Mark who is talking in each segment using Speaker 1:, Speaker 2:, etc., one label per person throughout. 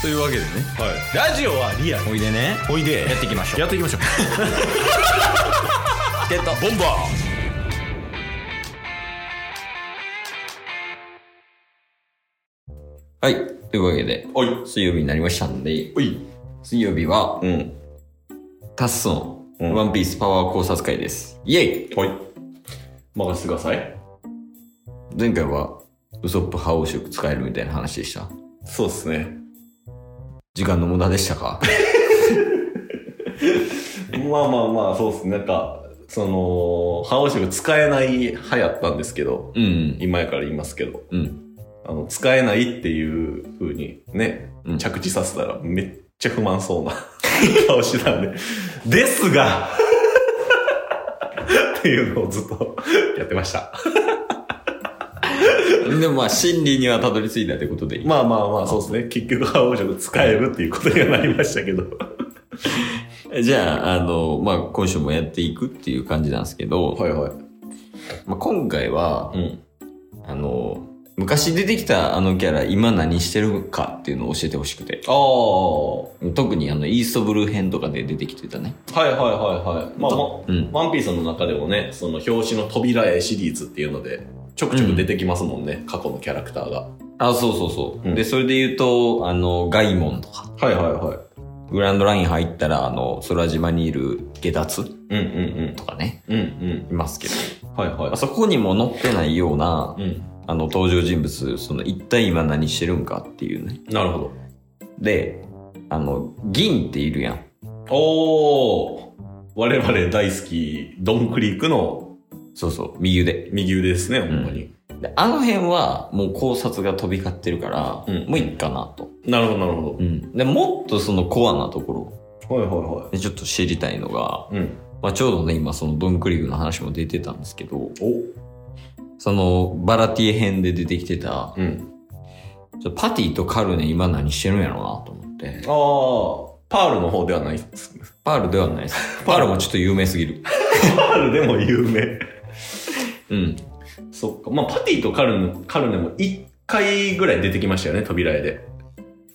Speaker 1: というわけでね
Speaker 2: はい、ラジオはリアル
Speaker 1: おいでね
Speaker 2: おいで
Speaker 1: やっていきましょう
Speaker 2: やっていきましょう
Speaker 1: ゲット
Speaker 2: ボンバ
Speaker 1: はいというわけで
Speaker 2: ーおい
Speaker 1: 水曜日になりましたんで
Speaker 2: おい
Speaker 1: 水曜日はうんタッソン、
Speaker 2: うん
Speaker 1: ワンピースパワー考察会ですイエイ
Speaker 2: おい任せてください
Speaker 1: 前回はウソップ覇王色使えるみたいな話でした
Speaker 2: そうですね
Speaker 1: 時間の無駄でした か
Speaker 2: まあまあまあそうですねなんかその覇王色使えない派やったんですけど
Speaker 1: うん
Speaker 2: 今やから言いますけど
Speaker 1: うん
Speaker 2: あの使えないっていう風にね、
Speaker 1: うん
Speaker 2: 着地させたらめっちゃ不満そうな 顔してたんでですがっていうのをずっとやってました
Speaker 1: でもまあ真理にはたどり着いたということでいい
Speaker 2: まあまあまあそうですね結局覇王色使えるっていうことにはなりましたけど
Speaker 1: じゃあ、あの、まあ、今週もやっていくっていう感じなんですけど、
Speaker 2: いはい
Speaker 1: まあ、今回は
Speaker 2: う、ん
Speaker 1: あの、昔出てきたあのキャラ、今何してるかっていうのを教えてほしくて。
Speaker 2: ああ
Speaker 1: 特にあの、イーストブルー編とかで出てきてたね。
Speaker 2: はいはいはいはい。まあ、ま
Speaker 1: うん
Speaker 2: ワンピースの中でもね、その表紙の扉絵シリーズっていうので、ちょくちょく出てきますもんね、過去のキャラクターが。
Speaker 1: あ、そうそうそう。
Speaker 2: うん
Speaker 1: で、それで言うと、あの、ガイモンとか、
Speaker 2: はいはいはい。
Speaker 1: グランドライン入ったら、あの、空島にいる下脱
Speaker 2: うんうん
Speaker 1: とかね、
Speaker 2: うん。うん
Speaker 1: いますけど、
Speaker 2: うん。はい
Speaker 1: まあ
Speaker 2: は
Speaker 1: そこにも載ってないような、
Speaker 2: い。うん。
Speaker 1: あの、登場人物、その、一体今何してるんかっていうね。
Speaker 2: なるほ
Speaker 1: で、あの、銀っているやん。
Speaker 2: ど。おー。我々大好き、ドンクリークの
Speaker 1: そうそう、右腕。
Speaker 2: 右腕ですね、ほんまに。
Speaker 1: であの辺はもう考察が飛び交ってるから、
Speaker 2: うん
Speaker 1: もういいかなと。
Speaker 2: なるほどなるほ
Speaker 1: で、もっとそのコアなところ
Speaker 2: ど。はいは
Speaker 1: でちょっと知りたいのが、
Speaker 2: いはい。うん。
Speaker 1: まあ、ちょうどね、今そのドンクリーグの話も出てたんですけど、
Speaker 2: お
Speaker 1: そのバラティエ編で出てきてた、
Speaker 2: うん。
Speaker 1: ちょパティとカルネ今何してるんやろうなと思って。
Speaker 2: あー。パールの方ではないっす。
Speaker 1: パールではないです。 パールもちょっと有名すぎる。
Speaker 2: パールでも有名。
Speaker 1: うん。
Speaker 2: そっか。まあ、パティとカルネ、カルネも1回ぐらい出てきましたよね、扉絵で。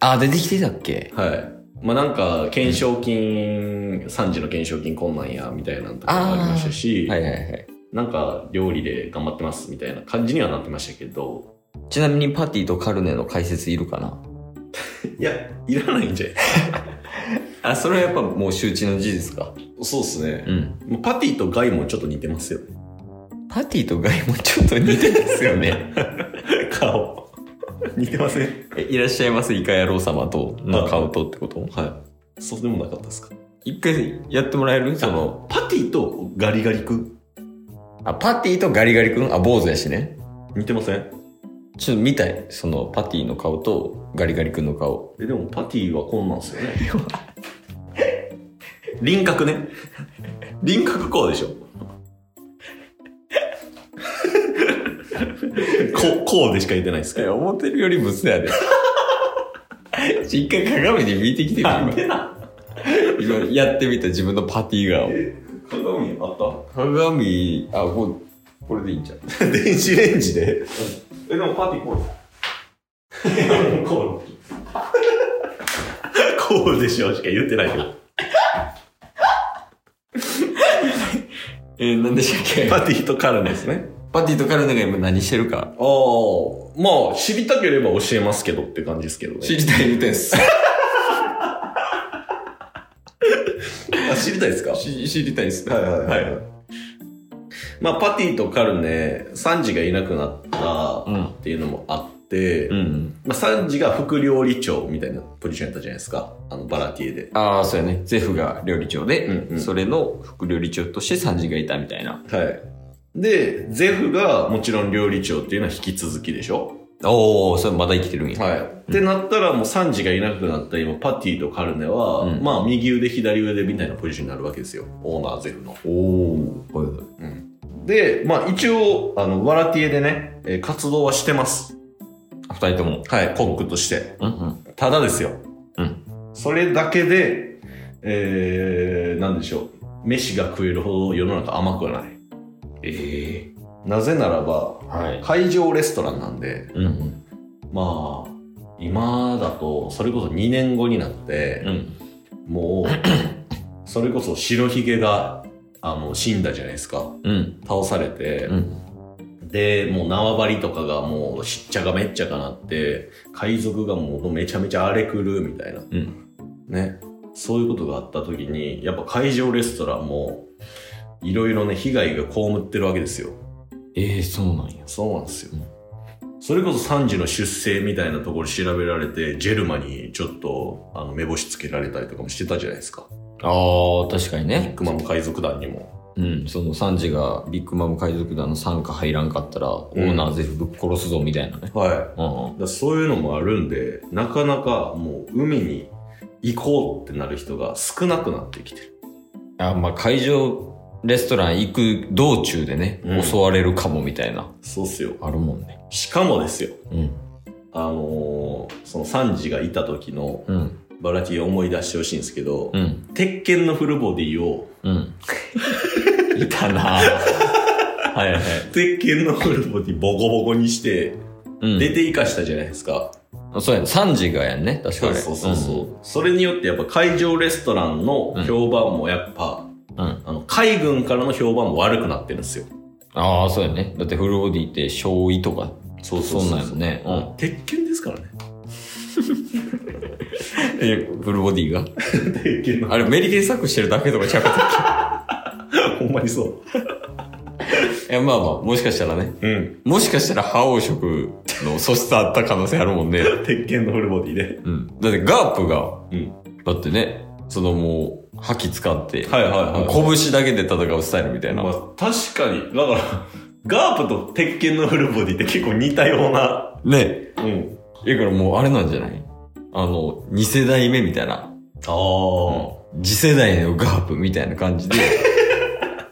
Speaker 1: あ、出てきてたっけ
Speaker 2: はい。まあなんか、懸賞金、3時の懸賞金こんなんや、みたいなのとかもありましたし、
Speaker 1: はいはいはい。
Speaker 2: なんか、料理で頑張ってます、みたいな感じにはなってましたけど、
Speaker 1: ちなみにパティとカルネの解説いるかない
Speaker 2: や、いらないんじゃない
Speaker 1: あ、それはやっぱもう周知の事実か。
Speaker 2: そうっすね
Speaker 1: う。ん。
Speaker 2: まあパティとガイもちょっと似てますよね。
Speaker 1: パティとガイもちょっと似てますよね。
Speaker 2: 顔。似てません
Speaker 1: えいらっしゃいます、イカ野郎様との顔とってこと
Speaker 2: はい。そうでもなかったですか
Speaker 1: 一回やってもらえるその、
Speaker 2: パティとガリガリ君
Speaker 1: あ、パティとガリガリ君あ、坊主やしね。
Speaker 2: 似てません
Speaker 1: ちょっと見たい。その、パティの顔とガリガリ君の顔。
Speaker 2: え、でもパティはこんなんです よね。輪郭ね。輪郭こう でしょ。こう、こうでしか言ってないですけど。
Speaker 1: 思ってるよりブスやで。ちょ一回鏡で見てきてる
Speaker 2: なんでな
Speaker 1: 今。今やってみた自分のパティ顔。
Speaker 2: 鏡あ
Speaker 1: 鏡、あ、こう、これでいいんじゃん。
Speaker 2: った電子レンジで。え、でもパティこうです。 こう。こうでしょしか言ってないけど。
Speaker 1: えー、なんでしたっけ
Speaker 2: パティとカルネですね。
Speaker 1: パティとカルネが今何してるか
Speaker 2: ああ、まあ、知りたければ教えますけどって感じですけどね。
Speaker 1: 知りたいみたいです。
Speaker 2: あ知りたいですか
Speaker 1: し 知りたいですね。
Speaker 2: はいはいはい。まあ、パティとカルネ、サンジがいなくなった
Speaker 1: うん。
Speaker 2: っていうのもあって、
Speaker 1: ん。
Speaker 2: まあ、サンジが副料理長みたいなポジションやったじゃないですか。あの、バラティエで。
Speaker 1: ああ、そうやね。ゼフが料理長で、
Speaker 2: うんうん
Speaker 1: それの副料理長としてサンジがいたみたいな。
Speaker 2: はい。で、ゼフがもちろん料理長っていうのは引き続きでしょ
Speaker 1: おお、それまだ生きてるんや。
Speaker 2: はい。ってなったらもうサンジがいなくなった今、パティとカルネは、
Speaker 1: うん
Speaker 2: まあ右腕左腕みたいなポジションになるわけですよ。オーナーゼフの。
Speaker 1: おお、はいはい。
Speaker 2: で、まあ一応、あの、バラティエでね、えー活動はしてます。
Speaker 1: 二人とも。
Speaker 2: はい、コックとして。
Speaker 1: うんうん。
Speaker 2: ただですよ。
Speaker 1: うん。
Speaker 2: それだけで、えー、なんでしょう。飯が食えるほど世の中甘くはない。
Speaker 1: ええ
Speaker 2: なぜならば、
Speaker 1: はい。
Speaker 2: 会場レストランなんで、
Speaker 1: うんうん。
Speaker 2: まあ、今だと、それこそ2年後になって、
Speaker 1: ん。
Speaker 2: もう、 それこそ白ひげが、あの、死んだじゃないですか。
Speaker 1: うん。
Speaker 2: 倒されて、
Speaker 1: うん。
Speaker 2: で、もう縄張りとかがもうしっちゃかめっちゃかなって、海賊がもうめちゃめちゃ荒れ狂うみたいな。
Speaker 1: うん。
Speaker 2: ね。そういうことがあった時に、やっぱ海上レストランも、いろいろね、被害が被ってるわけですよ。
Speaker 1: ええそうなんや。
Speaker 2: そうなんですよ。それこそサンジの出生みたいなところ調べられて、ジェルマにちょっと、あの、目星つけられたりとかもしてたじゃないですか。
Speaker 1: ああ、確かにね。
Speaker 2: 熊本海賊団にも。
Speaker 1: うん。そのサンジがビッグマム海賊団の傘下入らんかったら、オーナー全部ぶっ殺すぞみたいなね。
Speaker 2: はい。だか
Speaker 1: うん。
Speaker 2: らそういうのもあるんで、なかなかもう海に行こうってなる人が少なくなってきてる。
Speaker 1: あ、まあ、会場、レストラン行く道中でね、
Speaker 2: うん
Speaker 1: 襲われるかもみたいな、
Speaker 2: そうっすよ。
Speaker 1: あるもんね。
Speaker 2: しかもですよ。
Speaker 1: うん。
Speaker 2: あのーそのサンジがいた時の
Speaker 1: うん。
Speaker 2: バラティを思い出してほしいんですけど、
Speaker 1: うん。
Speaker 2: 鉄拳のフルボディを、
Speaker 1: うん。 いたなはいはい。
Speaker 2: 鉄拳のフルボディボコボコにして、
Speaker 1: うん。
Speaker 2: 出ていかしたじゃないですか。
Speaker 1: そうやね。3時がやんね。確か
Speaker 2: そう
Speaker 1: あれ。
Speaker 2: そうそうそう、それによってやっぱ会場レストランの評判もやっぱ、
Speaker 1: うん。うん。
Speaker 2: あの海軍からの評判も悪くなってるんですよ。
Speaker 1: ああ、そうやね。だってフルボディって、醤油とか。
Speaker 2: そう
Speaker 1: そうなんやろね。うん。
Speaker 2: 鉄拳ですからね。
Speaker 1: え、フルボディが
Speaker 2: 鉄拳の。
Speaker 1: あれ、メリケンサックしてるだけとかちゃうかっ
Speaker 2: ほんまにそう。
Speaker 1: た。いや、まあまあ、もしかしたらね。
Speaker 2: うん。
Speaker 1: もしかしたら覇王色の素質あった可能性あるもんね。
Speaker 2: 鉄拳のフルボディで。
Speaker 1: うん。だってガープが、
Speaker 2: うん。
Speaker 1: だってね、そのもう、覇気使って、
Speaker 2: はいはいはい
Speaker 1: もう拳だけで戦うスタイルみたいな。
Speaker 2: まあ確かに、だから、ガープと鉄拳のフルボディって結構似たような。
Speaker 1: ね。
Speaker 2: うん。
Speaker 1: だからもうあれなんじゃないあの、2世代目みたいな。
Speaker 2: ああ、
Speaker 1: 次世代のガープみたいな感じで、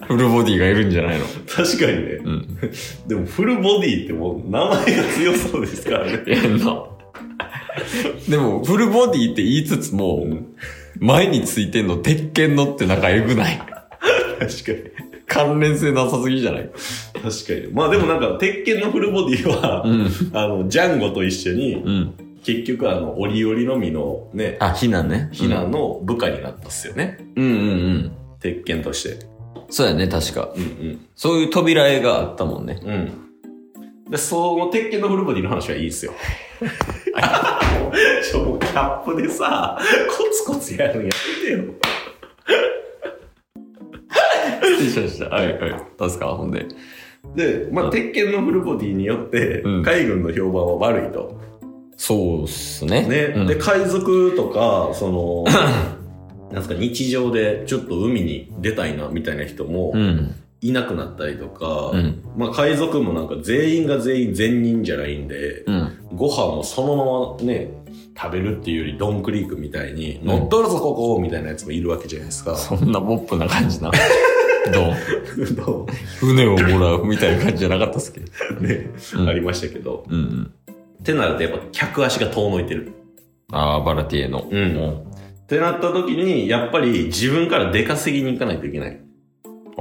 Speaker 1: フルボディがいるんじゃないの
Speaker 2: 確かにね。
Speaker 1: うん。
Speaker 2: でもフルボディってもう名前が強そうですからね。
Speaker 1: えんな。でも、フルボディって言いつつも、
Speaker 2: ん
Speaker 1: 前についてんの、鉄拳のってなんかエグない。
Speaker 2: 確かに。
Speaker 1: 関連性なさすぎじゃない
Speaker 2: 確かに。まあでもなんか、鉄拳のフルボディは、
Speaker 1: ん。
Speaker 2: あの、ジャンゴと一緒に、
Speaker 1: うん。
Speaker 2: 結局あの、折々のみのね、
Speaker 1: あ、ヒナね。
Speaker 2: ヒナ。の部下になったっすよね。
Speaker 1: うんうんうん。
Speaker 2: 鉄拳として。
Speaker 1: そうやね、確か。
Speaker 2: うん
Speaker 1: そういう扉絵があったもんね。
Speaker 2: うん。うん。で、その鉄拳のフルボディの話はいいっ すよ。ちょ、もうキャップでさ、コツコツやるんやめてよ。
Speaker 1: 失礼しました。はいはい。確か、ほんで。
Speaker 2: で、まあ、鉄拳のフルボディによって
Speaker 1: うん、
Speaker 2: 海軍の評判は悪いと。
Speaker 1: そうっすね。
Speaker 2: ね、
Speaker 1: うん
Speaker 2: で海賊とかその なんすか日常でちょっと海に出たいなみたいな人も
Speaker 1: うん。
Speaker 2: いなくなったりとか、
Speaker 1: うん
Speaker 2: まあ、海賊もなんか全員が全員善人じゃないんで、
Speaker 1: うん。
Speaker 2: ご飯もそのままね食べるっていうよりドンクリークみたいに「乗っとるぞここ!」みたいなやつもいるわけじゃないですか。
Speaker 1: そんなポップな感じな。どう
Speaker 2: ど
Speaker 1: 船をもらうみたいな感じじゃなかったっすけど。
Speaker 2: う ね、
Speaker 1: うん
Speaker 2: ありましたけど。
Speaker 1: うんうん。
Speaker 2: ってなるとやっぱ客足が遠のいてる。
Speaker 1: ああ、バラティエの。
Speaker 2: うんってなった時にやっぱり自分から出稼ぎに行かないといけない。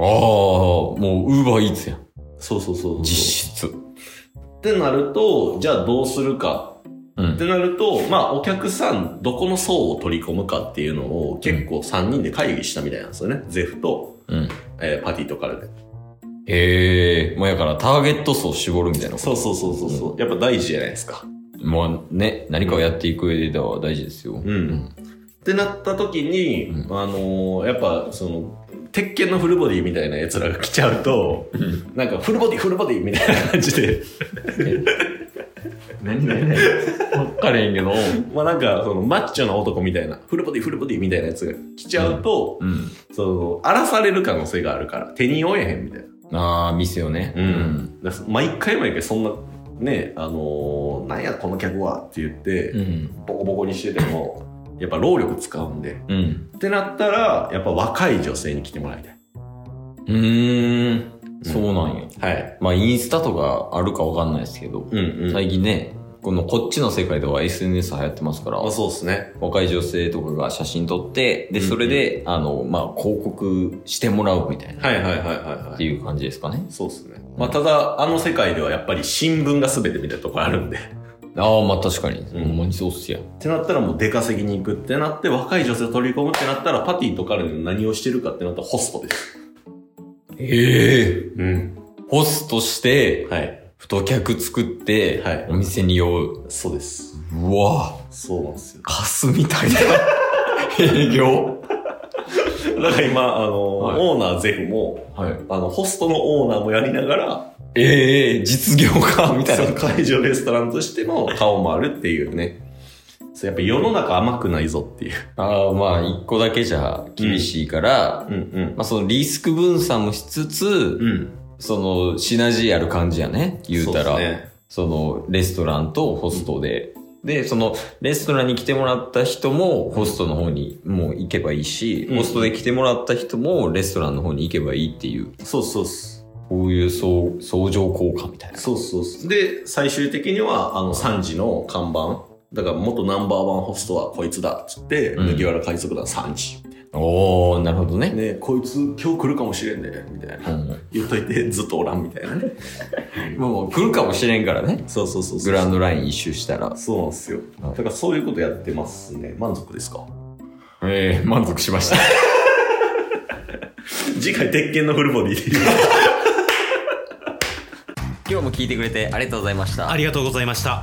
Speaker 1: ああ、もう、ウーバーイーツやん。
Speaker 2: そうそうそうそう。
Speaker 1: 実質。
Speaker 2: ってなると、じゃあどうするか
Speaker 1: う
Speaker 2: っ
Speaker 1: ん。
Speaker 2: てなると、まあお客さんどこの層を取り込むかっていうのを結構3人で会議したみたいなんですよね。ゼフと、
Speaker 1: うん。
Speaker 2: えーパティとからで。
Speaker 1: へえ、もうやからターゲット層を絞るみたいなこ
Speaker 2: そうそうそうそうそう。やっぱ大事じゃないですか。。
Speaker 1: と。もうね、何かをやっていく上では大事ですよ。うん
Speaker 2: ってなった時に、
Speaker 1: う
Speaker 2: あのーやっぱその、鉄拳のフルボディみたいな奴らが来ちゃうと、なんかフルボディフルボディみたいな感じで、
Speaker 1: 何何何わかれへんけど。
Speaker 2: まあなんかそのマッチョな男みたいな、フルボディフルボディみたいなやつが来ちゃうと、
Speaker 1: うん。
Speaker 2: その、荒らされる可能性があるから、手に負えへんみたいな。
Speaker 1: ああ、店をね。
Speaker 2: うん、だから毎回毎回そんなねあのーなんやこの客はって言って、
Speaker 1: うん。
Speaker 2: ボコボコにしててもやっぱ労力使うんで
Speaker 1: うん。
Speaker 2: ってなったらやっぱ若い女性に来てもらいたい
Speaker 1: うん。うーん。そうなんや。
Speaker 2: はい
Speaker 1: まあ、インスタとかあるかわかんないですけど、
Speaker 2: うんうん、
Speaker 1: 最近ね、このこっちの世界では SNS 流行ってますから、
Speaker 2: あそうですね
Speaker 1: 若い女性とかが写真撮って、で、それで、あの、まあ、広告してもらうみたいな、
Speaker 2: はいはいはいはい
Speaker 1: っ
Speaker 2: は
Speaker 1: て
Speaker 2: い
Speaker 1: いう感じですかね。
Speaker 2: そうですね、まあ、ただあの世界ではやっぱり新聞が全てみたいなところあるんで
Speaker 1: ああ、まあ確かに。
Speaker 2: ん
Speaker 1: ほんまにそうっすや。
Speaker 2: ってなったらもう出稼ぎに行くってなって、若い女性を取り込むってなったら、パティと彼の何をしてるかってなったらホストです。
Speaker 1: ええ
Speaker 2: うん。
Speaker 1: ホストして、
Speaker 2: はい。
Speaker 1: 太客作って、
Speaker 2: はい
Speaker 1: お店に呼ぶ。
Speaker 2: そうです。
Speaker 1: うわ
Speaker 2: そうなん ですよ。
Speaker 1: カスみたいな営業
Speaker 2: だから今、あの、
Speaker 1: はい
Speaker 2: オーナーゼフも、
Speaker 1: はい。
Speaker 2: あの、ホストのオーナーもやりながら、
Speaker 1: ええ実業 家みたい
Speaker 2: その
Speaker 1: な。
Speaker 2: 会場レストランとしての顔もあるっていうね。そう、やっぱ世の中甘くないぞっていう。
Speaker 1: ああ、まあ、一個だけじゃ厳しいから、
Speaker 2: うんうん。
Speaker 1: まあそのリスク分散もしつつ、
Speaker 2: うん。
Speaker 1: そのシナジーある感じやね、言うたら。
Speaker 2: そですね
Speaker 1: そのレストランとホストで、で、そのレストランに来てもらった人もホストの方にもう行けばいいし、
Speaker 2: うん
Speaker 1: ホストで来てもらった人もレストランの方に行けばいいっていう、
Speaker 2: そうそうです。
Speaker 1: こういう相相乗効果みたいな。
Speaker 2: そうそうそう。で、最終的には、あの、3時の看板。だから、元ナンバーワンホストはこいつだっつって、
Speaker 1: うん
Speaker 2: 麦わら海賊団3時。
Speaker 1: おー、なるほどね。
Speaker 2: ねこいつ今日来るかもしれんで、みたいな。
Speaker 1: うん
Speaker 2: 言っといて、ずっとおらんみたいなね。
Speaker 1: もう来るかもしれんからね。
Speaker 2: そうそうそうそう。
Speaker 1: グランドライン一周したら。
Speaker 2: そうなんですよ。
Speaker 1: はい
Speaker 2: だからそういうことやってますね。満足ですか
Speaker 1: ええ満足しました。
Speaker 2: 次回、鉄拳のフルボディで。
Speaker 1: 今日も聞いてくれてありがとうございました
Speaker 3: あ。りがとうございました